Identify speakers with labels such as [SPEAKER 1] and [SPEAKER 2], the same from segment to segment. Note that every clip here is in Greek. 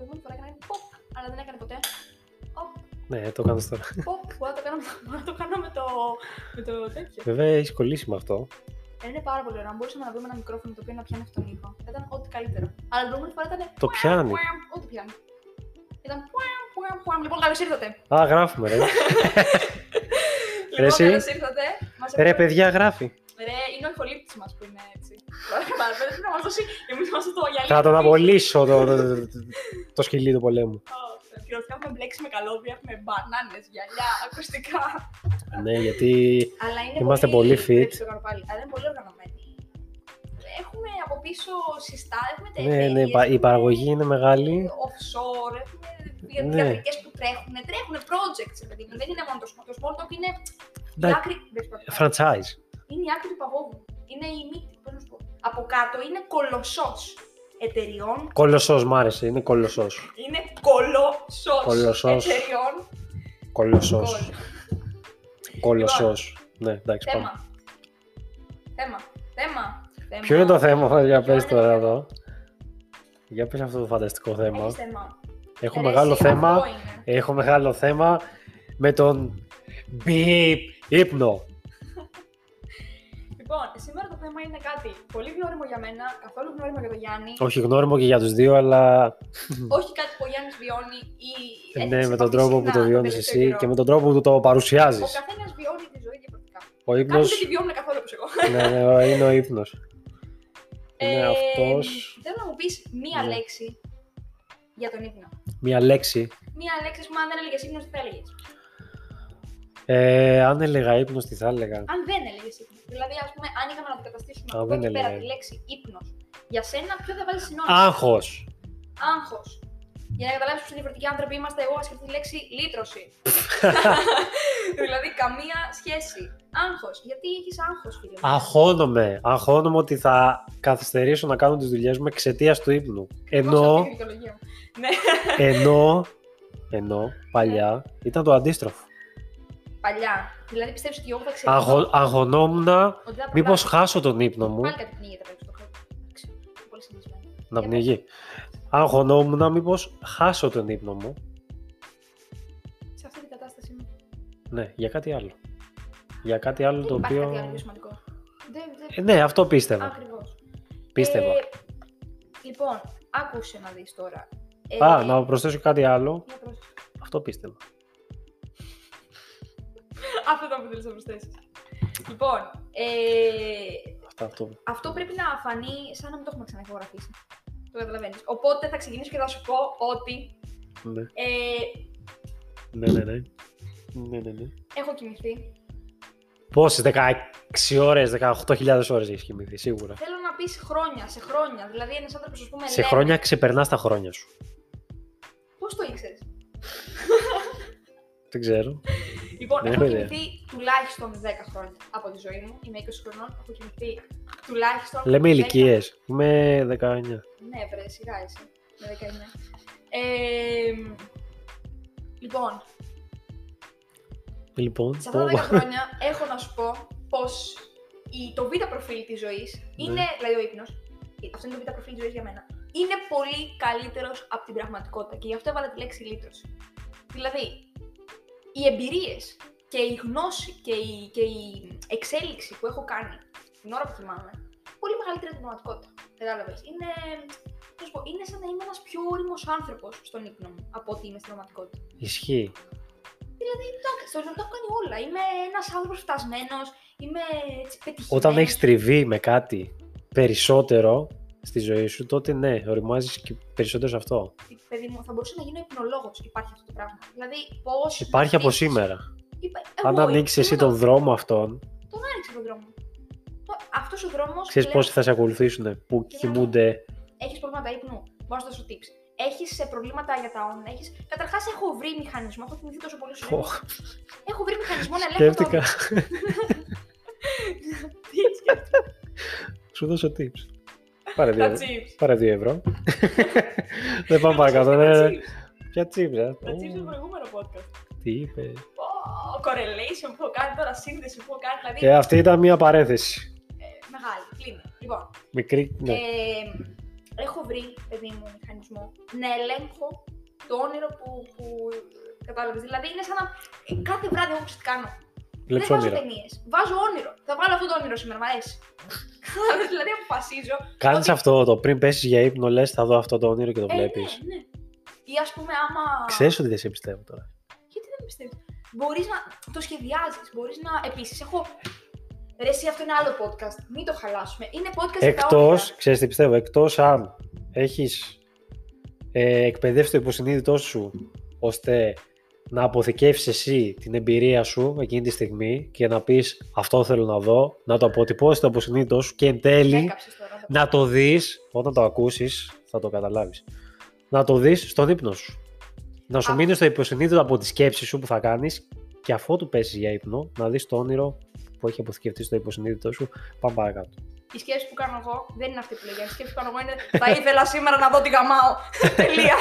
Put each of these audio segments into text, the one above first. [SPEAKER 1] Ναι, αλλά δεν έκανε ποτέ. Οπ,
[SPEAKER 2] Ναι, το κάνω τώρα.
[SPEAKER 1] οπ, μπορώ να το κάνω, με- μπορώ να το, κάνω με, το, με το τέτοιο.
[SPEAKER 2] Βέβαια, έχει κολλήσει με αυτό.
[SPEAKER 1] Ε, είναι πάρα πολύ ωραίο. Αν μπορούσαμε να βρούμε ένα μικρόφωνο το οποίο να πιάνει αυτόν τον ήχο, θα ήταν ό,τι καλύτερο. Αλλά την προηγούμενη φορά ήταν.
[SPEAKER 2] Το πιάνει.
[SPEAKER 1] Ό,τι πιάνει. Ήταν. πουαμ, πουαμ, πουαμ. Λοιπόν, καλώς ήρθατε.
[SPEAKER 2] Α, γράφουμε, ρε.
[SPEAKER 1] Λοιπόν,
[SPEAKER 2] εσύ.
[SPEAKER 1] καλώ ήρθατε. Μας
[SPEAKER 2] ρε,
[SPEAKER 1] ακούτε.
[SPEAKER 2] παιδιά, γράφει.
[SPEAKER 1] Ρε, είναι ο ηχολήπτης μας που είναι έτσι. Παρακαλώ, πρέπει να μας δώσει. Εμείς είμαστε το γυαλί.
[SPEAKER 2] Θα τον απολύσω το, το, το, το σκυλί του πολέμου.
[SPEAKER 1] Πληρωθήκαμε έχουμε μπλέξει με καλώδια, έχουμε μπανάνες, γυαλιά, ακουστικά.
[SPEAKER 2] ναι, γιατί
[SPEAKER 1] Αλλά είναι
[SPEAKER 2] Είμαστε πολύ fit.
[SPEAKER 1] Δεν ξέρω πάλι, αλλά είναι πολύ οργανωμένοι. Έχουμε από πίσω συστά, έχουμε
[SPEAKER 2] ναι,
[SPEAKER 1] ταινίε.
[SPEAKER 2] ναι, η πα- η παραγωγή είναι μεγάλη.
[SPEAKER 1] offshore, έχουμε
[SPEAKER 2] Ναι.
[SPEAKER 1] διατρικές που τρέχουν, τρέχουν projects, ρε παιδί μου. Δεν είναι μόνο το sport, το sport talk είναι η
[SPEAKER 2] Εντάξει,
[SPEAKER 1] άκρη, δεν ξέρω τι κάνω.
[SPEAKER 2] franchise.
[SPEAKER 1] είναι η άκρη του παγόβου, είναι η μύτη, πώς να σου πω. Από κάτω είναι κολοσσός εταιριών,
[SPEAKER 2] Κολοσσός, μ' άρεσε, είναι κολοσσός.
[SPEAKER 1] είναι κολοσσός,
[SPEAKER 2] Κολοσσός.
[SPEAKER 1] εταιριών.
[SPEAKER 2] Κολοσσός,
[SPEAKER 1] Κολ.
[SPEAKER 2] κολοσσός. Ναι, εντάξει, πάμε.
[SPEAKER 1] Θέμα. Θέμα. Θέμα. Θέμα.
[SPEAKER 2] Ποιο είναι το θέμα, για
[SPEAKER 1] Ποιο
[SPEAKER 2] πες
[SPEAKER 1] είναι το
[SPEAKER 2] τώρα
[SPEAKER 1] θέμα?
[SPEAKER 2] εδώ. Για πες αυτό το φανταστικό θέμα.
[SPEAKER 1] Έχεις θέμα.
[SPEAKER 2] Έχω
[SPEAKER 1] Ρε,
[SPEAKER 2] μεγάλο
[SPEAKER 1] εσύ,
[SPEAKER 2] θέμα.
[SPEAKER 1] Ε, αυτό είναι.
[SPEAKER 2] Έχω μεγάλο θέμα με τον μπιπ ύπνο.
[SPEAKER 1] Λοιπόν, σήμερα το θέμα είναι κάτι πολύ γνώριμο για μένα, καθόλου γνώριμο για τον Γιάννη.
[SPEAKER 2] Όχι γνώριμο και για τους δύο, αλλά
[SPEAKER 1] Όχι κάτι που ο Γιάννης βιώνει ή. έρχεται
[SPEAKER 2] ναι,
[SPEAKER 1] σε
[SPEAKER 2] με τον
[SPEAKER 1] επαφή
[SPEAKER 2] τρόπο που
[SPEAKER 1] συχνά
[SPEAKER 2] το βιώνεις
[SPEAKER 1] τελευταίο
[SPEAKER 2] εσύ
[SPEAKER 1] καιρό.
[SPEAKER 2] και με τον τρόπο που του το
[SPEAKER 1] Ο
[SPEAKER 2] παρουσιάζεις.
[SPEAKER 1] καθένας βιώνει τη ζωή διαφορετικά.
[SPEAKER 2] Ο
[SPEAKER 1] Κάποιοι δεν τη
[SPEAKER 2] ύπνος,
[SPEAKER 1] βιώνουν καθόλου όπως εγώ.
[SPEAKER 2] ναι, ναι, είναι ο ύπνος. Είναι
[SPEAKER 1] Ε,
[SPEAKER 2] ναι, αυτός.
[SPEAKER 1] Θέλω να μου πεις μία
[SPEAKER 2] Ναι.
[SPEAKER 1] λέξη για τον ύπνο.
[SPEAKER 2] Μία λέξη.
[SPEAKER 1] Μία λέξη, που αν δεν έλεγες ύπνος, τι θα έλεγες.
[SPEAKER 2] Ε, αν έλεγα ύπνος, τι θα έλεγα.
[SPEAKER 1] αν δεν έλεγες ύπνος. Δηλαδή, ας πούμε, αν είχαμε να αντικαταστήσουμε
[SPEAKER 2] Α,
[SPEAKER 1] από
[SPEAKER 2] δεν
[SPEAKER 1] εδώ και πέρα
[SPEAKER 2] έλεγα.
[SPEAKER 1] τη λέξη ύπνος για σένα, ποιο θα βάλει συνώνυμο.
[SPEAKER 2] Άγχος.
[SPEAKER 1] Άγχος. Για να καταλάβεις πόσο διαφορετικοί άνθρωποι είμαστε, εγώ ασκεφτεί τη λέξη λύτρωση. δηλαδή, καμία σχέση. Άγχος. Γιατί έχεις άγχος, φίλε. μου?
[SPEAKER 2] Αγχώνομαι. Αγχώνομαι ότι θα καθυστερήσω να κάνω τις δουλειές μου εξαιτίας του ύπνου.
[SPEAKER 1] Δώσε αυτή
[SPEAKER 2] Ενώ,
[SPEAKER 1] τη δικαιολογία μου.
[SPEAKER 2] ενώ, ενώ παλιά ήταν το αντίστροφο.
[SPEAKER 1] Παλιά. Δηλαδή, πιστεύεις ότι εγώ θα ξέρω.
[SPEAKER 2] Αγχω,
[SPEAKER 1] Ότι
[SPEAKER 2] αγχωνόμουν
[SPEAKER 1] θα
[SPEAKER 2] Μήπω
[SPEAKER 1] προλάβω.
[SPEAKER 2] χάσω τον ύπνο μου.
[SPEAKER 1] Πάλι κάτι πνίγεται πάλι στο χρόνο. Εντάξει, είμαι Πολύ συνηθισμένη.
[SPEAKER 2] να πνιγεί. Αγχωνόμουν μήπως χάσω τον ύπνο μου.
[SPEAKER 1] Σε αυτή την κατάσταση μου.
[SPEAKER 2] Ναι, για κάτι άλλο. Για κάτι άλλο το
[SPEAKER 1] Δεν υπάρχει κάτι άλλο
[SPEAKER 2] οποίο.
[SPEAKER 1] πιο σημαντικό. Δεν- δεν-
[SPEAKER 2] Ε, ναι, αυτό πίστευα.
[SPEAKER 1] Ακριβώς.
[SPEAKER 2] Πίστευα.
[SPEAKER 1] Ε, λοιπόν, άκουσε να δεις τώρα. Ε,
[SPEAKER 2] Α, να προσθέσω κάτι άλλο.
[SPEAKER 1] για πρόσεξε.
[SPEAKER 2] Αυτό πίστευα.
[SPEAKER 1] Αυτό ήταν που θέλεις να προσθέσεις. Λοιπόν, ε,
[SPEAKER 2] Αυτά, αυτό.
[SPEAKER 1] αυτό πρέπει να φανεί σαν να μην το έχουμε ξαναεχογραφήσει. Το καταλαβαίνεις. Οπότε θα ξεκινήσω και θα σου πω ότι
[SPEAKER 2] Ναι,
[SPEAKER 1] ε,
[SPEAKER 2] ναι, ναι. ναι. ναι, ναι, ναι.
[SPEAKER 1] έχω κοιμηθεί.
[SPEAKER 2] Πόσες 16 ώρε, 18.000 ώρες έχεις κοιμηθεί σίγουρα.
[SPEAKER 1] Θέλω να πεις χρόνια, σε χρόνια. Δηλαδή, ένας άνθρωπος, ας πούμε,
[SPEAKER 2] Σε
[SPEAKER 1] λέει,
[SPEAKER 2] χρόνια ξεπερνάς τα χρόνια σου.
[SPEAKER 1] Πώς το ήξερες.
[SPEAKER 2] Δεν ξέρω.
[SPEAKER 1] Λοιπόν,
[SPEAKER 2] Δεν
[SPEAKER 1] έχω
[SPEAKER 2] έχω ιδέα.
[SPEAKER 1] κοιμηθεί τουλάχιστον 10 χρόνια από τη ζωή μου. Είμαι 20 χρονών, έχω κοιμηθεί τουλάχιστον.
[SPEAKER 2] Λέμε
[SPEAKER 1] 10
[SPEAKER 2] ηλικίε. Είμαι 19.
[SPEAKER 1] Ναι, βρε, σιγά εσύ. Με 19. Ε, λοιπόν,
[SPEAKER 2] Λοιπόν,
[SPEAKER 1] σε αυτά
[SPEAKER 2] πω,
[SPEAKER 1] τα 10 χρόνια έχω να σου πω πως το β' προφίλ της ζωής είναι. Δηλαδή, ο ύπνος. Αυτό είναι το β' προφίλ της ζωής για μένα. Είναι πολύ καλύτερος από την πραγματικότητα και γι' αυτό έβαλα τη λέξη λύτρωση. Δηλαδή, οι εμπειρίες και η γνώση και η, και η εξέλιξη που έχω κάνει την ώρα που κοιμάμαι, πολύ μεγαλύτερη από την πραγματικότητα. Κατάλαβες. Είναι, πώς να σου πω, είναι σαν να είμαι ένας πιο όριμος άνθρωπος στον ύπνο μου από ότι είμαι στην πραγματικότητα.
[SPEAKER 2] ισχύει.
[SPEAKER 1] Στο να το έχω κάνει όλα. Είμαι ένας άνθρωπος φτασμένος. Είμαι έτσι πετυχημένος.
[SPEAKER 2] Όταν έχεις τριβή με κάτι περισσότερο στη ζωή σου, τότε ναι, οριμάζεις και περισσότερο σε αυτό.
[SPEAKER 1] Παιδί μου, θα μπορούσα να γίνω υπνολόγος. Υπάρχει αυτό το πράγμα. Δηλαδή, πώς.
[SPEAKER 2] Υπάρχει από σήμερα. Αν ανοίξεις εσύ τον
[SPEAKER 1] τον.
[SPEAKER 2] δρόμο αυτόν,
[SPEAKER 1] Τον άνοιξε τον δρόμο. Αυτός ο δρόμος.
[SPEAKER 2] ξέρεις πόσοι θα σε ακολουθήσουν που
[SPEAKER 1] Και να-
[SPEAKER 2] κοιμούνται.
[SPEAKER 1] Έχεις προβλήματα ύπνου. Μπορώ να σου δώσω tips. Έχεις προβλήματα για τα όνειρα. Έχεις... Καταρχάς, έχω βρει μηχανισμό. Έχω θυμηθεί τόσο πολύ.
[SPEAKER 2] Πω,
[SPEAKER 1] Oh. Έχω βρει μηχανισμό να ελέγχω. το
[SPEAKER 2] Σκέφτηκα.
[SPEAKER 1] όνειρο.
[SPEAKER 2] Σου δώσω tips. Πάρε δύο,
[SPEAKER 1] Τα
[SPEAKER 2] ευρώ.
[SPEAKER 1] chips.
[SPEAKER 2] πάρε δύο ευρώ. Δεν πάμε παρακάτω. ε.
[SPEAKER 1] Τα
[SPEAKER 2] ναι.
[SPEAKER 1] chips.
[SPEAKER 2] Ποια τσίπρα.
[SPEAKER 1] Τα chips του προηγούμενου podcast.
[SPEAKER 2] Τι είπε.
[SPEAKER 1] Πω, correlation που έχω κάνει τώρα, σύνδεση που έχω κάνει. Δηλαδή,
[SPEAKER 2] Ε, αυτή ήταν μία παρένθεση.
[SPEAKER 1] Μεγάλη, κλείνει. Λοιπόν,
[SPEAKER 2] Μικρή, ναι.
[SPEAKER 1] ε, έχω βρει, παιδί μου, μηχανισμό να ελέγχω το όνειρο που, που κατάλαβες. Δηλαδή είναι σαν να. ε, Κάθε βράδυ εγώ ξέρεις τι κάνω.
[SPEAKER 2] Βλέπεις
[SPEAKER 1] δεν βάζω
[SPEAKER 2] όνειρα.
[SPEAKER 1] ταινίες. Βάζω όνειρο. Θα βάλω αυτό το όνειρο σήμερα, μ' αρέσει. Κατάλαβες, δηλαδή αποφασίζω.
[SPEAKER 2] Κάνεις
[SPEAKER 1] ότι-
[SPEAKER 2] αυτό το πριν πέσεις για ύπνο, λες θα δω αυτό το όνειρο και το
[SPEAKER 1] Ε, ναι,
[SPEAKER 2] βλέπεις.
[SPEAKER 1] ναι. Ή ας πούμε, άμα.
[SPEAKER 2] Ξέρεις ότι δεν σε πιστεύω τώρα.
[SPEAKER 1] Γιατί δεν με πιστεύεις. Μπορείς να το σχεδιάζεις. Μπορείς να. Επίσης, έχω. Ρε, εσύ, αυτό είναι άλλο podcast. Μην το χαλάσουμε. Είναι podcast για τα
[SPEAKER 2] Εκτός,
[SPEAKER 1] όνειρα.
[SPEAKER 2] ξέρεις τι πιστεύω, εκτός αν έχεις ε, εκπαιδεύσει το υποσυνείδητό σου ώστε να αποθηκεύσεις εσύ την εμπειρία σου εκείνη τη στιγμή και να πεις αυτό θέλω να δω, να το αποτυπώσεις το υποσυνείδητό σου και εν τέλει
[SPEAKER 1] Έκαψες τώρα.
[SPEAKER 2] να το δεις όταν το ακούσεις, θα το καταλάβεις. Να το δεις στον ύπνο σου. Να σου
[SPEAKER 1] Α.
[SPEAKER 2] μείνει στο υποσυνείδητο από τη σκέψη σου που θα κάνεις και αφότου πέσεις για ύπνο, να δεις το όνειρο που έχει αποθηκευτεί στο υποσυνείδητό σου. Πάμε παρακάτω.
[SPEAKER 1] Η σκέψη που κάνω εγώ δεν είναι αυτή που λέγεται. Η σκέψη που κάνω εγώ είναι θα ήθελα σήμερα να δω τι γαμάω. Τελεία.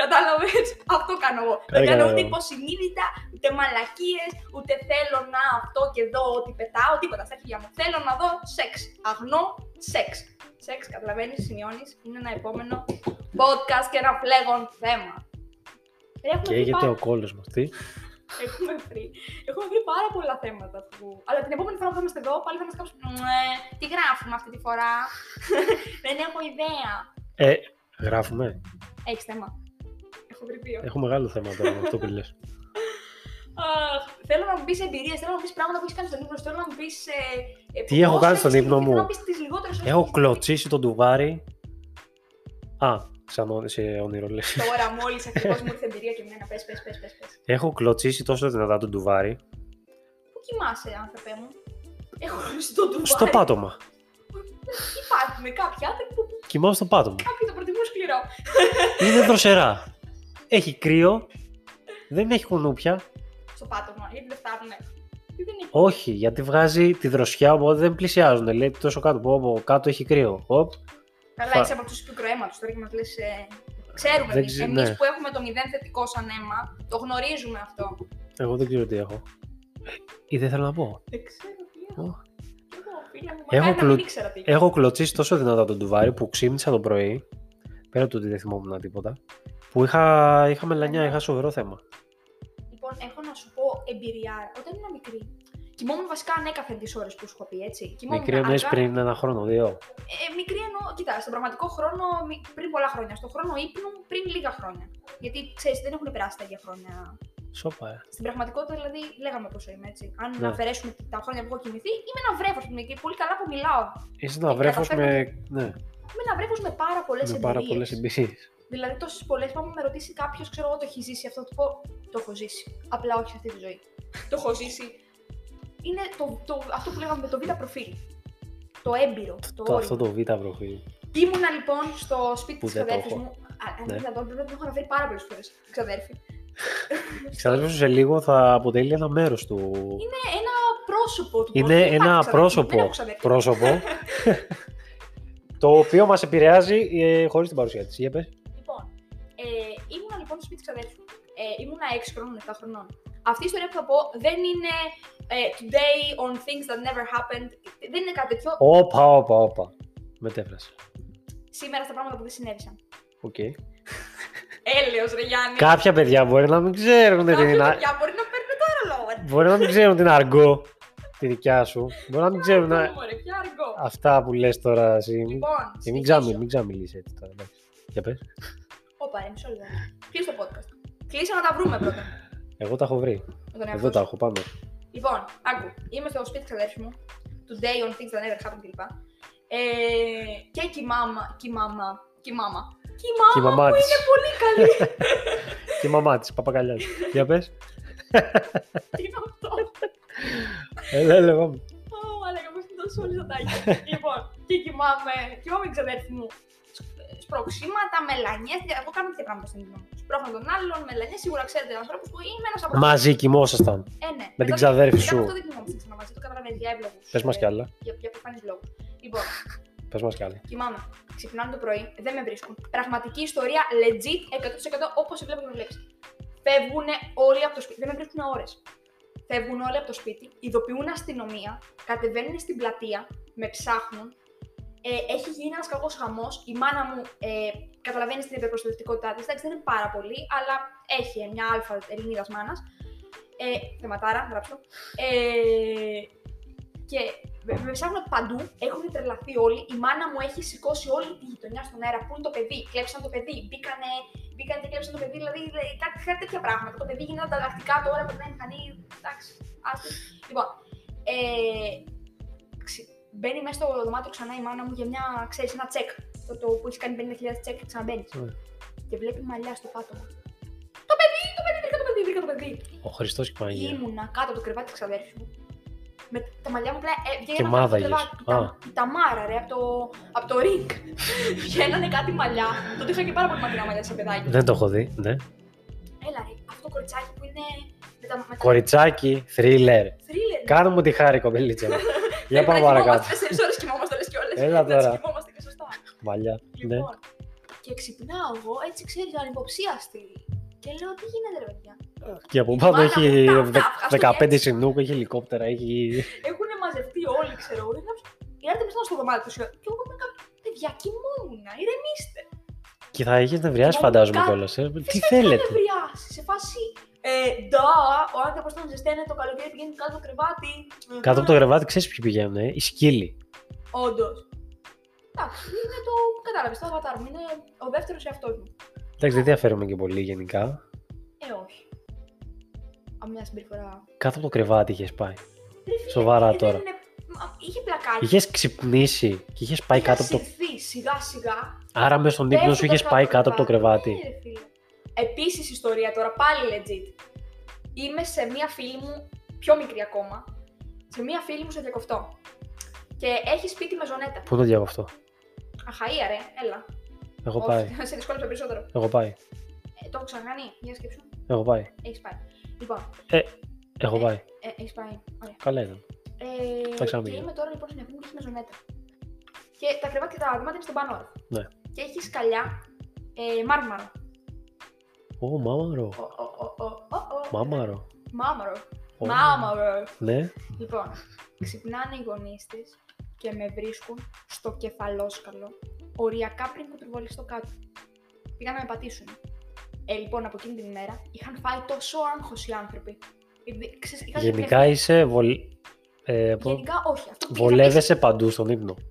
[SPEAKER 1] Κατάλαβε. Αυτό κάνω εγώ. Δεν
[SPEAKER 2] Καλά
[SPEAKER 1] κάνω
[SPEAKER 2] κάνω
[SPEAKER 1] ούτε
[SPEAKER 2] εγώ.
[SPEAKER 1] υποσυνείδητα, ούτε μαλακίες, ούτε θέλω να αυτό και δω ότι πετάω, τίποτα στα χέρια μου. Θέλω να δω σεξ. Αγνό σεξ. Σεξ, καταλαβαίνεις, σημειώνεις, είναι ένα επόμενο podcast και ένα πλέον θέμα. Ρε, έχουμε
[SPEAKER 2] Και
[SPEAKER 1] βρει
[SPEAKER 2] έγινε
[SPEAKER 1] πάρα-
[SPEAKER 2] ο κόλλος μου αυτή.
[SPEAKER 1] Έχουμε βρει. Έχουμε βρει πάρα πολλά θέματα που. Αλλά την επόμενη φορά που θα είμαστε εδώ, πάλι θα μας κάψουν. «Μουε, Τι γράφουμε αυτή τη φορά. Δεν έχω ιδέα.
[SPEAKER 2] Ε, γράφουμε.
[SPEAKER 1] Έχεις θέμα. Έχω βρει δύο.
[SPEAKER 2] Έχω μεγάλο θέμα τώρα με αυτό που λες.
[SPEAKER 1] Αχ, θέλω να μου πεις εμπειρίες, θέλω να μου πεις πράγματα που έχεις κάνει στον ύπνο σου, θέλω να μου πεις.
[SPEAKER 2] Τι έχω κάνει στον ύπνο μου?
[SPEAKER 1] Θέλω να πεις τις λιγότερες ώρες.
[SPEAKER 2] Έχω κλωτσίσει τον τουβάρι. Α, σαν όνει- σε όνειρο λες.
[SPEAKER 1] Τώρα μόλις ακριβώς μου ήρθε εμπειρία και μένα, πες, πες, πες.
[SPEAKER 2] Έχω κλωτσίσει τόσο δυνατά τον τουβάρι
[SPEAKER 1] Πού κοιμάσαι, άνθρωπε μου. Έχω κλείσει το ντουβάρι.
[SPEAKER 2] στο πάτωμα.
[SPEAKER 1] Υπάρχουν κάποιοι άνθρωποι που
[SPEAKER 2] Κοιμάω στο πάτωμα.
[SPEAKER 1] κάποιοι το προτιμούν σκληρό.
[SPEAKER 2] Είναι δροσερά. Έχει κρύο. Δεν έχει κουνούπια.
[SPEAKER 1] Στο πάτωμα, γιατί δεν φτάνουνε. Τι δεν έχει.
[SPEAKER 2] Όχι, γιατί βγάζει τη δροσιά, οπότε δεν πλησιάζουν. Λέει τόσο κάτω. Πω, πω, κάτω έχει κρύο. Οπ.
[SPEAKER 1] Καλά,
[SPEAKER 2] Φα-
[SPEAKER 1] είσαι από αυτού του πικροαίματο. Τώρα και μας λες. Ε... Ξέρουμε
[SPEAKER 2] Δεν
[SPEAKER 1] εμείς
[SPEAKER 2] ξε- ναι.
[SPEAKER 1] που έχουμε το μηδέν θετικό σαν αίμα. Το γνωρίζουμε αυτό.
[SPEAKER 2] Εγώ δεν ξέρω τι έχω. Ε, Ή δεν θέλω να πω.
[SPEAKER 1] Δεν ξέρω τι
[SPEAKER 2] Ω.
[SPEAKER 1] έχω. Κι Εγώ, φίλε μου,
[SPEAKER 2] Έχω
[SPEAKER 1] μακάρι να μην
[SPEAKER 2] κλου-
[SPEAKER 1] ήξερα τι
[SPEAKER 2] Έχω κλωτσίσει τόσο δυνατά τον τουβάρι που ξύπνησα το πρωί. Πέρα από το ότι δεν θυμόμουν τίποτα. Που είχα, είχα μελανιά, είχα σοβαρό θέμα.
[SPEAKER 1] Λοιπόν, έχω να σου πω εμπειρία. Όταν ήμουν μικρή, κοιμόμουν βασικά ανέκαθεν τις ώρες που σου έχω πει, έτσι. Κοιμόμουν
[SPEAKER 2] Μικρή εννοείς
[SPEAKER 1] αργά.
[SPEAKER 2] πριν ένα χρόνο, δύο.
[SPEAKER 1] Ε, μικρή εννοώ, κοιτά, στον πραγματικό χρόνο μι- πριν πολλά χρόνια. Στον χρόνο ύπνου πριν λίγα χρόνια. Γιατί ξέρεις, δεν έχουν περάσει τα ίδια χρόνια
[SPEAKER 2] Σόπα, ε.
[SPEAKER 1] Στην πραγματικότητα, δηλαδή, λέγαμε πόσο είμαι έτσι. Αν
[SPEAKER 2] Ναι.
[SPEAKER 1] αφαιρέσουμε τα χρόνια που έχω κοιμηθεί, είμαι ένα βρέφος που και πολύ καλά που μιλάω.
[SPEAKER 2] Είσαι
[SPEAKER 1] Ε,
[SPEAKER 2] ένα βρέφος με. Ναι,
[SPEAKER 1] Είμαι ένα βρέφο με πάρα πολλές
[SPEAKER 2] με
[SPEAKER 1] εμπειρίε.
[SPEAKER 2] πάρα πολλές εμπειρίες.
[SPEAKER 1] Δηλαδή, τόσες πολλές που άμα με ρωτήσει κάποιος, ξέρω εγώ, το έχει ζήσει αυτό, του πω Το έχω ζήσει. Απλά όχι σε αυτή τη ζωή. το έχω ζήσει. Είναι το, το, αυτό που λέγαμε με το β' προφίλ. Το έμπειρο. Το,
[SPEAKER 2] Το,
[SPEAKER 1] όριο.
[SPEAKER 2] αυτό το β' προφίλ.
[SPEAKER 1] Ήμουνα λοιπόν στο σπίτι
[SPEAKER 2] Που
[SPEAKER 1] της
[SPEAKER 2] δεν το
[SPEAKER 1] ξαδέρφης
[SPEAKER 2] έχω.
[SPEAKER 1] μου. Α, Αν
[SPEAKER 2] Ναι.
[SPEAKER 1] δεν το πρέπει να την έχω αναφέρει πάρα πολλές φορές. Ξαδέρφη.
[SPEAKER 2] Ξαναλέω σε λίγο θα αποτελεί ένα μέρος του.
[SPEAKER 1] Είναι ένα πρόσωπο του
[SPEAKER 2] Είναι
[SPEAKER 1] podcast. Δεν
[SPEAKER 2] ένα
[SPEAKER 1] υπάρχει ξαδέρφη.
[SPEAKER 2] πρόσωπο.
[SPEAKER 1] Δεν έχω ξαδέρφη.
[SPEAKER 2] πρόσωπο. το οποίο μας επηρεάζει ε, χωρίς την παρουσία της. Για πες.
[SPEAKER 1] Λοιπόν, ε, ήμουνα λοιπόν στο σπίτι της αδέρφου. μου. Ε, ήμουνα 6 χρόνων, 7 χρονών. Αυτή η ιστορία που θα πω δεν είναι ε, today on things that never happened. Δεν είναι κάτι τέτοιο.
[SPEAKER 2] Όπα, όπα, όπα. Μετέφρασε.
[SPEAKER 1] Σήμερα στα πράγματα που δεν συνέβησαν.
[SPEAKER 2] Οκ.
[SPEAKER 1] Έλεος ρε Γιάννη.
[SPEAKER 2] Κάποια παιδιά μπορεί να μην ξέρουν την
[SPEAKER 1] Κάποια
[SPEAKER 2] είναι-
[SPEAKER 1] παιδιά μπορεί να παίρνουν τώρα λόγο.
[SPEAKER 2] Μπορεί να μην ξέρουν την αργό τη δικιά σου. Μπορεί να μην ξέρουν
[SPEAKER 1] Αργό,
[SPEAKER 2] α-
[SPEAKER 1] μωρέ, πια αργό.
[SPEAKER 2] αυτά που λες τώρα εσύ.
[SPEAKER 1] Λοιπόν,
[SPEAKER 2] Και μην
[SPEAKER 1] συνεχίζω.
[SPEAKER 2] ξάμι, μην ξαμιλείς έτσι τώρα. εντάξει. Για πες.
[SPEAKER 1] Όπα ρε, μισό λεπτό. Κλείσε το podcast. Κλείσε να τα βρούμε πρώτα.
[SPEAKER 2] Εγώ τα έχω βρει.
[SPEAKER 1] με τον εαυτό
[SPEAKER 2] Εδώ τα
[SPEAKER 1] σου.
[SPEAKER 2] έχω πάμε.
[SPEAKER 1] Λοιπόν, άκου, είμαι στο σπίτι της αδέρφης μου, today on things that never happened κλπ. Ε, και κοιμάμα, κοιμάμα, κοιμάμα. Κοιμάμα
[SPEAKER 2] Και η μαμά της.
[SPEAKER 1] πολύ καλή.
[SPEAKER 2] Και η μαμά της, παπακαλιάς της. Για πες.
[SPEAKER 1] Τι είναι αυτό.
[SPEAKER 2] Έλα, έλα, πάμε.
[SPEAKER 1] Ω, αλλά εγώ είμαι τόσο όλοι ζωντάκια. λοιπόν, και κοιμάμαι, κοιμάμαι την ξαδέρφη μου. Σ- Σπροξίματα, μελανιές, εγώ κάνω τέτοια πράγματα στην κοινωνία. Σπρώχνω τον άλλον, μελανιές, σίγουρα ξέρετε ανθρώπου που είμαι ένας από
[SPEAKER 2] Μαζί κοιμόσασταν.
[SPEAKER 1] Ε, ναι.
[SPEAKER 2] την
[SPEAKER 1] Μετά-
[SPEAKER 2] ξαδέρφη
[SPEAKER 1] μετά
[SPEAKER 2] σου.
[SPEAKER 1] Αυτό δεν κοιμόμαστε ξανά μαζί, το καταλαβαίνεις για εύλογους.
[SPEAKER 2] Πες μας
[SPEAKER 1] ε,
[SPEAKER 2] κι άλλα.
[SPEAKER 1] Για, για προφανείς λόγους. Λοιπόν,
[SPEAKER 2] Πες μας κι άλλα.
[SPEAKER 1] Κοιμάμαι. Ξυπνάνε το πρωί, δεν με βρίσκουν. Πραγματική ιστορία, legit 100% όπως σε βλέπω και με βλέπει. Φεύγουν όλοι από το σπίτι, δεν με βρίσκουν ώρες. Φεύγουν όλοι από το σπίτι, ειδοποιούν αστυνομία, κατεβαίνουν στην πλατεία, με ψάχνουν. Ε, έχει γίνει ένας κακός χαμός. Η μάνα μου ε, καταλαβαίνει την υπερπροστατευτικότητά της. Εντάξει, δεν είναι πάρα πολύ, αλλά έχει μια αλφα Ελληνίδας μάνας. Ε, θεματάρα, γράψω. Ε, και με, με ψάχνουν παντού, έχουν τρελαθεί όλοι. Η μάνα μου έχει σηκώσει όλη τη γειτονιά στον αέρα. Πού είναι το παιδί, κλέψαν το παιδί, μπήκανε, μπήκανε και κλέψαν το παιδί. Δηλαδή κάτι, κάτι τέτοια πράγματα. Το παιδί γίνεται ανταλλακτικά τώρα, περνάει μηχανή. Εντάξει, άσχετο. Λοιπόν, ε, μπαίνει μέσα στο δωμάτιο ξανά η μάνα μου για μια, ξέρεις, ένα τσεκ. Το, το που έχεις κάνει 50.000 τσεκ και ξαναμπαίνει.
[SPEAKER 2] Ναι.
[SPEAKER 1] Και βλέπει μαλλιά στο πάτωμα. Το παιδί, το παιδί, βρήκα το παιδί, βρήκα το παιδί.
[SPEAKER 2] Ο Χριστός και η Παναγία.
[SPEAKER 1] Ήμουνα κάτω από το κρεβάτι της ξαδέρφης μου. Με τα μαλλιά μου πλέον ε, βγαίνανε
[SPEAKER 2] Και
[SPEAKER 1] από το
[SPEAKER 2] μάδαγες.
[SPEAKER 1] κρεβάτι.
[SPEAKER 2] Α.
[SPEAKER 1] Τα- Η Ταμάρα, ρε, από το, από το ring. Βγαίνανε κάτι μαλλιά. Τότε είχα και πάρα πολύ μακριά μαλλιά σε παιδάκι.
[SPEAKER 2] Δεν το έχω δει, ναι.
[SPEAKER 1] Έλα, ρε, αυτό το κοριτσάκι που είναι. Με τα, με τα
[SPEAKER 2] Κοριτσάκι, thriller.
[SPEAKER 1] thriller.
[SPEAKER 2] Κάνε μου τη χάρη, κοπελίτσα. μου. Για
[SPEAKER 1] Πρέπει να
[SPEAKER 2] πάμε παρακάτω.
[SPEAKER 1] κοιμόμαστε, Τέσσερις ώρες κοιμόμαστε, λε κιόλα.
[SPEAKER 2] Έλα τώρα.
[SPEAKER 1] Κοιμόμαστε και σωστά.
[SPEAKER 2] Μαλλιά. Ναι.
[SPEAKER 1] Λοιπόν, και ξυπνάω εγώ, έτσι ξέρεις, ανυποψίαστη. Και λέω, τι γίνεται, ρε παιδιά.
[SPEAKER 2] Και από
[SPEAKER 1] η
[SPEAKER 2] πάνω
[SPEAKER 1] μάνα
[SPEAKER 2] έχει
[SPEAKER 1] μου, τα-
[SPEAKER 2] δε-
[SPEAKER 1] τα- αυτό
[SPEAKER 2] 15
[SPEAKER 1] και
[SPEAKER 2] συνούκ, έχει ελικόπτερα, έχει.
[SPEAKER 1] Έχουν μαζευτεί όλοι, ξέρω εγώ. Γράψω. Ήρθατε μέσα στο δωμάτιο τους. Και εγώ με κάποιο. Παιδιά, κοιμόμουν, ηρεμήστε.
[SPEAKER 2] Και θα έχεις νευριάσει,
[SPEAKER 1] Μα
[SPEAKER 2] φαντάζομαι
[SPEAKER 1] κα-
[SPEAKER 2] κιόλα. Τι
[SPEAKER 1] Φυσικά και δεν
[SPEAKER 2] θέλετε.
[SPEAKER 1] νευριάσεις, σε φάση. Ε, ντά, ο άνθρωπος όταν ζεσταίνε το καλοκαίρι πηγαίνει κάτω από το κρεβάτι.
[SPEAKER 2] Κάτω από το κρεβάτι, ξέρεις ποιοι πηγαίνουν, ε? οι σκύλοι.
[SPEAKER 1] Όντως. Εντάξει, είναι το. Κατάλαβες το αβατάρ μου. Είναι ο δεύτερος εαυτός μου.
[SPEAKER 2] Εντάξει, δεν διαφέρομαι και πολύ γενικά.
[SPEAKER 1] Ε, όχι. Από μια συμπεριφορά.
[SPEAKER 2] Κάτω από το κρεβάτι είχες πάει.
[SPEAKER 1] Ρε φίλε,
[SPEAKER 2] Σοβαρά
[SPEAKER 1] δεν
[SPEAKER 2] τώρα.
[SPEAKER 1] είναι- μα, Είχε πλακάρει.
[SPEAKER 2] Είχες ξυπνήσει και είχες πάει κάτω από το.
[SPEAKER 1] σιγά σιγά.
[SPEAKER 2] Άρα μέσα στον ύπνο σου είχε πάει κάτω από το κρεβάτι.
[SPEAKER 1] Ναι, Επίσης ιστορία τώρα, πάλι legit. Είμαι σε μία φίλη μου, πιο μικρή ακόμα, σε μία φίλη μου σε διακοφτό. Και έχει σπίτι με ζωνέτα.
[SPEAKER 2] Πού το διάβω αυτό.
[SPEAKER 1] Αχαία, ρε, έλα.
[SPEAKER 2] Έχω
[SPEAKER 1] Όχι,
[SPEAKER 2] πάει.
[SPEAKER 1] σε δυσκόλεψα περισσότερο.
[SPEAKER 2] Έχω πάει.
[SPEAKER 1] Ε, το έχω ξανακάνει, για σκέψου.
[SPEAKER 2] Έχω πάει.
[SPEAKER 1] Έχεις πάει. Λοιπόν,
[SPEAKER 2] Έχω πάει.
[SPEAKER 1] ε, έχεις πάει. Ωραία.
[SPEAKER 2] Καλά ήταν.
[SPEAKER 1] Ε,
[SPEAKER 2] Τα ξαναπήγα.
[SPEAKER 1] και είμαι τώρα λοιπόν στην Αθήνα και έχει μεζονέτα. Και τα κρεβάτια τα δωμάτια είναι στον πάνω όροφο.
[SPEAKER 2] Ναι.
[SPEAKER 1] Και έχει σκαλιά ε, μάρμαρο.
[SPEAKER 2] Ω, μάμαρο.
[SPEAKER 1] Ο, ο, ο, ο, ο, ο.
[SPEAKER 2] Μάμαρο.
[SPEAKER 1] Μάμαρο.
[SPEAKER 2] Ω.
[SPEAKER 1] Μάμαρο.
[SPEAKER 2] Ναι.
[SPEAKER 1] ε, Λοιπόν, ξυπνάνε οι γονείς της και με βρίσκουν στο κεφαλόσκαλο, οριακά πριν κουτρουβολιστώ κάτω. Πήγαν να με πατήσουν. Ε, λοιπόν, από εκείνη την ημέρα είχαν φάει τόσο άγχος οι άνθρωποι. Δηλαδή, ξέρεις, είχαν
[SPEAKER 2] Γενικά
[SPEAKER 1] εμπνευστεί.
[SPEAKER 2] είσαι. βολ- ε, πώς-
[SPEAKER 1] Γενικά όχι. Αυτό που πήγες να
[SPEAKER 2] Βολεύεσαι παντού στον ύπνο.
[SPEAKER 1] πεις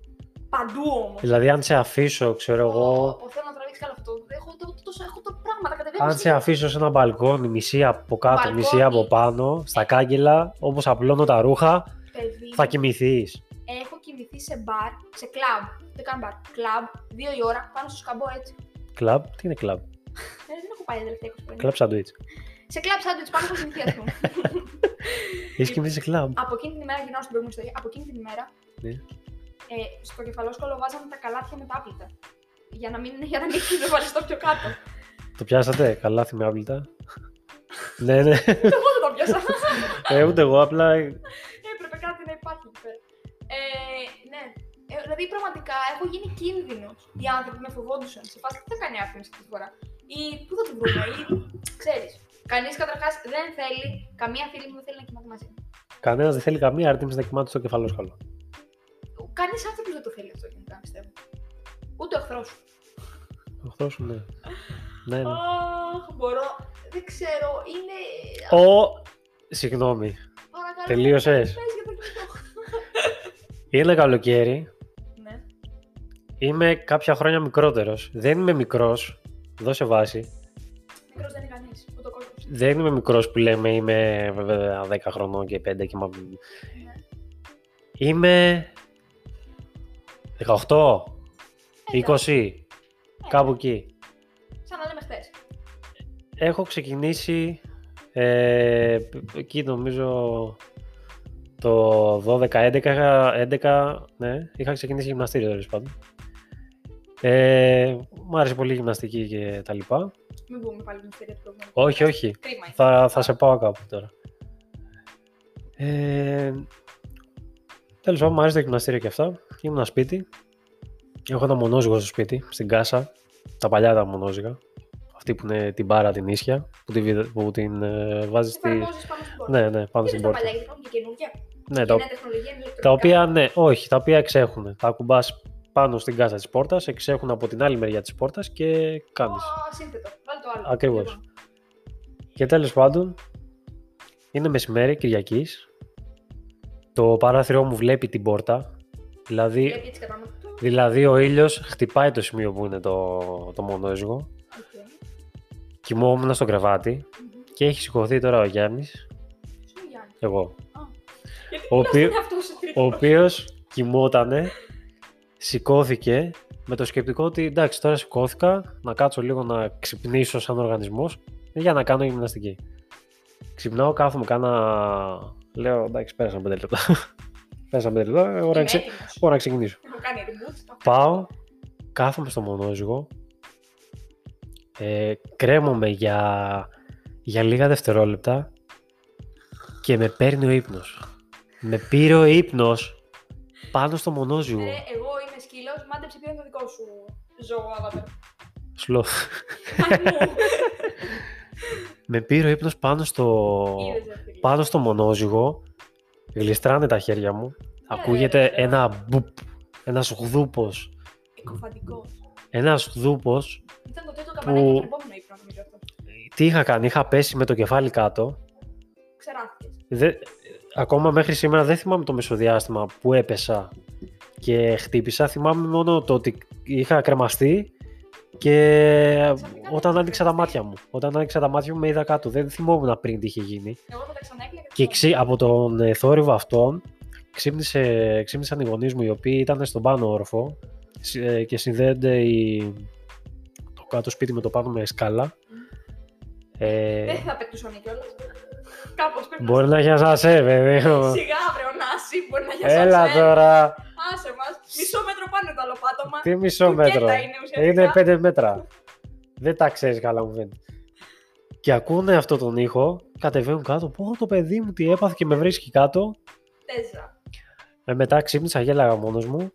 [SPEAKER 1] Παντού όμως.
[SPEAKER 2] Δηλαδή, αν σε αφήσω, ξέρω εγώ,
[SPEAKER 1] Θέλω να τραβήξεις καλά αυτό. Έχω το, τόσο, έχω το πράγμα, τα κατεβαίνω.
[SPEAKER 2] αν
[SPEAKER 1] στην-
[SPEAKER 2] σε αφήσω σε ένα μπαλκόνι, μισή από κάτω,
[SPEAKER 1] Μπαλκόνι.
[SPEAKER 2] μισή από πάνω, στα κάγκελα, όπως απλώνω τα ρούχα,
[SPEAKER 1] Παιδί,
[SPEAKER 2] θα κοιμηθεί.
[SPEAKER 1] Έχω κοιμηθεί σε μπαρ, σε κλαμπ. Δεν κάνω μπαρ. Κλαμπ, δύο η ώρα, πάνω στο σκαμπό έτσι.
[SPEAKER 2] Κλαμπ, τι είναι κλαμπ.
[SPEAKER 1] Ε, δεν έχω πάει τα τελευταία 20 χρόνια.
[SPEAKER 2] Κλαμπ σαντουίτ.
[SPEAKER 1] Σε κλαμπ σάντουιτ, πάνω έχω κοιμηθεί, α πούμε.
[SPEAKER 2] Έχεις κοιμηθεί σε κλαμπ.
[SPEAKER 1] από εκείνη την ημέρα, γυρνάω στην προηγούμενη ιστορία. Από εκείνη την ημέρα,
[SPEAKER 2] Ναι.
[SPEAKER 1] ε, στο κεφαλόσκολο βάζαμε τα καλάθια με τα άπλυτα. Για να μην, για να μην κουνεβαλιστώ πιο κάτω.
[SPEAKER 2] Το πιάσατε, καλά θυμάμαι Ναι, ναι,
[SPEAKER 1] Εγώ δεν τα πιάσα.
[SPEAKER 2] ε, ούτε εγώ απλά.
[SPEAKER 1] Έπρεπε κάτι να υπάρχει εκεί πέρα. Ε, ναι. Ε, δηλαδή πραγματικά έχω γίνει κίνδυνο. Οι άνθρωποι με φοβόντουσαν. Σε φάση τι θα κάνει άνθρωπο αυτή τη φορά. Ή πού θα τον βρούμε, ή ξέρεις. Κανείς καταρχάς δεν θέλει, καμία φίλη μου δεν θέλει να κοιμάται μαζί μου.
[SPEAKER 2] Κανένας δεν θέλει καμία άρτιμη να κοιμάται στο κεφαλό σκαλό.
[SPEAKER 1] Κανείς άνθρωπος δεν το θέλει αυτό γενικά, πιστεύω. Ούτε ο εχθρός σου.
[SPEAKER 2] Αυτό σου, ναι. Ναι, ναι.
[SPEAKER 1] Αχ, μπορώ. Δεν ξέρω, είναι.
[SPEAKER 2] Ο. Συγγνώμη.
[SPEAKER 1] Παρακαλώ.
[SPEAKER 2] τελείωσες.
[SPEAKER 1] Πες για το κινητό.
[SPEAKER 2] Είναι καλοκαίρι.
[SPEAKER 1] Ναι.
[SPEAKER 2] Είμαι κάποια χρόνια μικρότερος. Δεν είμαι μικρός. Δώσε βάση.
[SPEAKER 1] Μικρός δεν είναι κανείς. Ούτε ο κόσμος.
[SPEAKER 2] δεν είμαι μικρός που λέμε είμαι βέβαια 10 χρονών και 5 και μα... Είμαι 18, 20, κάπου εκεί.
[SPEAKER 1] Ε, Σαν να λέμε χθες.
[SPEAKER 2] Έχω ξεκινήσει ε, π- εκεί νομίζω το 12-11, είχα- 11, ναι, είχα ξεκινήσει γυμναστήριο τέλος πάντων. Ε, μου άρεσε πολύ η γυμναστική και τα λοιπά.
[SPEAKER 1] Μην πούμε πάλι την ιστορία του προηγούμενου.
[SPEAKER 2] Όχι, όχι.
[SPEAKER 1] Κρίμα είναι.
[SPEAKER 2] Θα, θα σε πάω κάπου τώρα. Ε, Τέλος πάντων, μου αρέσει το γυμναστήριο και αυτά. Ήμουν σπίτι. Έχω ένα μονόζυγο στο σπίτι, στην κάσα. Τα παλιά τα μονόζυγα. Αυτή που είναι την μπάρα την ίσια, που την, βιδε- που την ε, βάζεις στη.
[SPEAKER 1] Εφαρμόζεις πάνω στην πόρτα.
[SPEAKER 2] Ναι, ναι, πάνω
[SPEAKER 1] Πήρες
[SPEAKER 2] στην
[SPEAKER 1] τα
[SPEAKER 2] πόρτα.
[SPEAKER 1] παλιά γιατί υπάρχουν και καινούργια.
[SPEAKER 2] Ναι,
[SPEAKER 1] Και
[SPEAKER 2] τα,
[SPEAKER 1] νέα τεχνολογία είναι
[SPEAKER 2] τα
[SPEAKER 1] ηλεκτρονικά.
[SPEAKER 2] οποία, ναι, όχι, τα οποία εξέχουν. Τα ακουμπάς πάνω στην κάσα της πόρτας, εξέχουν από την άλλη μεριά της πόρτας και κάνεις.
[SPEAKER 1] Ω, σύνθετο. Βάλει το άλλο.
[SPEAKER 2] Ακριβώς.
[SPEAKER 1] Λοιπόν,
[SPEAKER 2] Και τέλος πάντων, είναι μεσημέρι Κυριακής. Το παράθυρό μου βλέπει την πόρτα. Δηλαδή,
[SPEAKER 1] Γιατί έτσι κατά μου. Οκ.
[SPEAKER 2] δηλαδή ο ήλιος χτυπάει το σημείο που είναι το, το μονόζυγο. Κοιμόμουν στο κρεβάτι
[SPEAKER 1] Μμμ.
[SPEAKER 2] και έχει σηκωθεί τώρα ο Γιάννης,
[SPEAKER 1] Σου Γιάννη.
[SPEAKER 2] εγώ,
[SPEAKER 1] Γιατί
[SPEAKER 2] Ο
[SPEAKER 1] μιλάς
[SPEAKER 2] οποίο-
[SPEAKER 1] στον εαυτό σου,
[SPEAKER 2] ο
[SPEAKER 1] τρίτο.
[SPEAKER 2] οποίος κοιμότανε, σηκώθηκε με το σκεπτικό ότι εντάξει τώρα σηκώθηκα, να κάτσω λίγο να ξυπνήσω σαν οργανισμός για να κάνω γυμναστική. Ξυπνάω, κάθομαι, κάνα... Λέω εντάξει πέρασαν πέντε λεπτά. πέρασαν πέντε λεπτά, ώρα,
[SPEAKER 1] Είμαι
[SPEAKER 2] ξε...
[SPEAKER 1] έτοιμος.
[SPEAKER 2] ώρα να ξεκινήσω.
[SPEAKER 1] Έχω κάνει reboot. το-
[SPEAKER 2] Πάω, κάθομαι στο μονόζυγο, ε, κρέμομαι για, για λίγα δευτερόλεπτα και με παίρνει ο ύπνος. Με πήρε ο ύπνος πάνω στο μονόζυγο.
[SPEAKER 1] Ναι, εγώ είμαι σκύλος, μάντεψε ποιο είναι το δικό σου ζώο, άβατα.
[SPEAKER 2] Σλό. Με πήρε ο ύπνος πάνω στο, πάνω στο μονόζυγο. Γλιστράνε τα χέρια μου.
[SPEAKER 1] Ε,
[SPEAKER 2] Ακούγεται
[SPEAKER 1] ξέρω.
[SPEAKER 2] ένα μπουπ, ένας γδούπος.
[SPEAKER 1] Εκοφαντικός.
[SPEAKER 2] Ένας γδούπος.
[SPEAKER 1] Ήταν το τρίτο καμπανάκι και επόμενο ύπνο, νομίζω αυτό.
[SPEAKER 2] Τι είχα κάνει, είχα πέσει με το κεφάλι κάτω
[SPEAKER 1] Ξεράθηκες.
[SPEAKER 2] Δε, ακόμα μέχρι σήμερα δεν θυμάμαι το μεσοδιάστημα που έπεσα και χτύπησα. Θυμάμαι μόνο το ότι είχα κρεμαστεί και
[SPEAKER 1] Ξαφνικά
[SPEAKER 2] όταν
[SPEAKER 1] δεν
[SPEAKER 2] άνοιξα τα
[SPEAKER 1] κρεμαστεί.
[SPEAKER 2] μάτια μου. Όταν άνοιξα τα μάτια μου με είδα κάτω. Δεν θυμόμουν πριν τι είχε γίνει.
[SPEAKER 1] Εγώ μετά ξανά έκλαιγα
[SPEAKER 2] Και ξύ, από τον ε, θόρυβο αυτόν ξύπνησε, ξύπνησαν οι γονείς μου οι οποίοι ήταν στον πάνω όροφο συ- ε, και συνδέονται οι, το κάτω σπίτι με το πάνω με σκάλα. Ε,
[SPEAKER 1] Δεν θα πετούσαν κιόλα. Κάπως πρέπει
[SPEAKER 2] μπορεί να γιαζάσαι βέβαια.
[SPEAKER 1] Σιγά αύριο να σύ, μπορεί να γιασάσει.
[SPEAKER 2] Έλα τώρα.
[SPEAKER 1] Άσε μας. Μισό μέτρο πάνω το άλλο πάτωμα.
[SPEAKER 2] Τι μισό μέτρο.
[SPEAKER 1] Κουκέτα είναι ουσιαστικά.
[SPEAKER 2] Είναι 5 μέτρα. Δεν τα ξέρεις καλά, μου φαίνεται. Και ακούνε αυτό τον ήχο, κατεβαίνουν κάτω. Πω το παιδί μου τι έπαθε και με βρίσκει κάτω.
[SPEAKER 1] Τέζα.
[SPEAKER 2] Ε, μετά ξύπνησα, γέλαγα μόνος μου.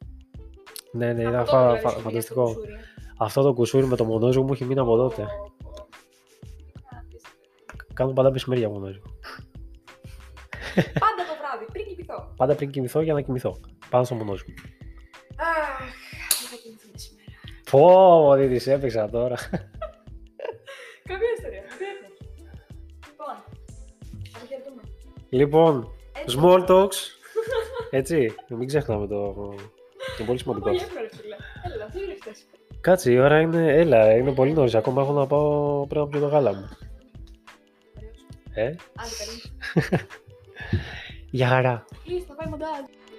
[SPEAKER 2] Ναι, ναι, ήταν
[SPEAKER 1] Αυτό
[SPEAKER 2] φα-
[SPEAKER 1] δηλαδή
[SPEAKER 2] φα-
[SPEAKER 1] σου βγήκε
[SPEAKER 2] φανταστικό.
[SPEAKER 1] στο κουσούρι.
[SPEAKER 2] Αυτό το κουσούρι με το μονόζυγο μου έχει μείνει από τότε.
[SPEAKER 1] Πω, πω. Απίστευτο.
[SPEAKER 2] Κάνω πάντα μεσημέρια μονόζυγο.
[SPEAKER 1] Πάντα το βράδυ, πριν κοιμηθώ.
[SPEAKER 2] Πάντα πριν κοιμηθώ για να κοιμηθώ. Πάνω στο μονόζυγο.
[SPEAKER 1] Ε. Αχ, δεν θα κοιμηθούμε σήμερα.
[SPEAKER 2] Πω, τι της έπαιξα τώρα.
[SPEAKER 1] Καμία ιστορία. δεν έχω. Λοιπόν, αρχιετούμε.
[SPEAKER 2] Λοιπόν,
[SPEAKER 1] Έτσι.
[SPEAKER 2] small talks. Έτσι, μην ξεχνάμε το. Είναι πολύ σημαντικό.
[SPEAKER 1] Πολύ εύκολο, φίλε. Έλα, δεν είναι χτες.
[SPEAKER 2] Κάτσε, η ώρα είναι. Έλα, είναι πολύ νωρίς. Ακόμα έχω να πάω πρέπει να πιω το γάλα μου. Ε.
[SPEAKER 1] Άντε, καλή.
[SPEAKER 2] Γεια χαρά.
[SPEAKER 1] Please, θα πάει μοντάζ.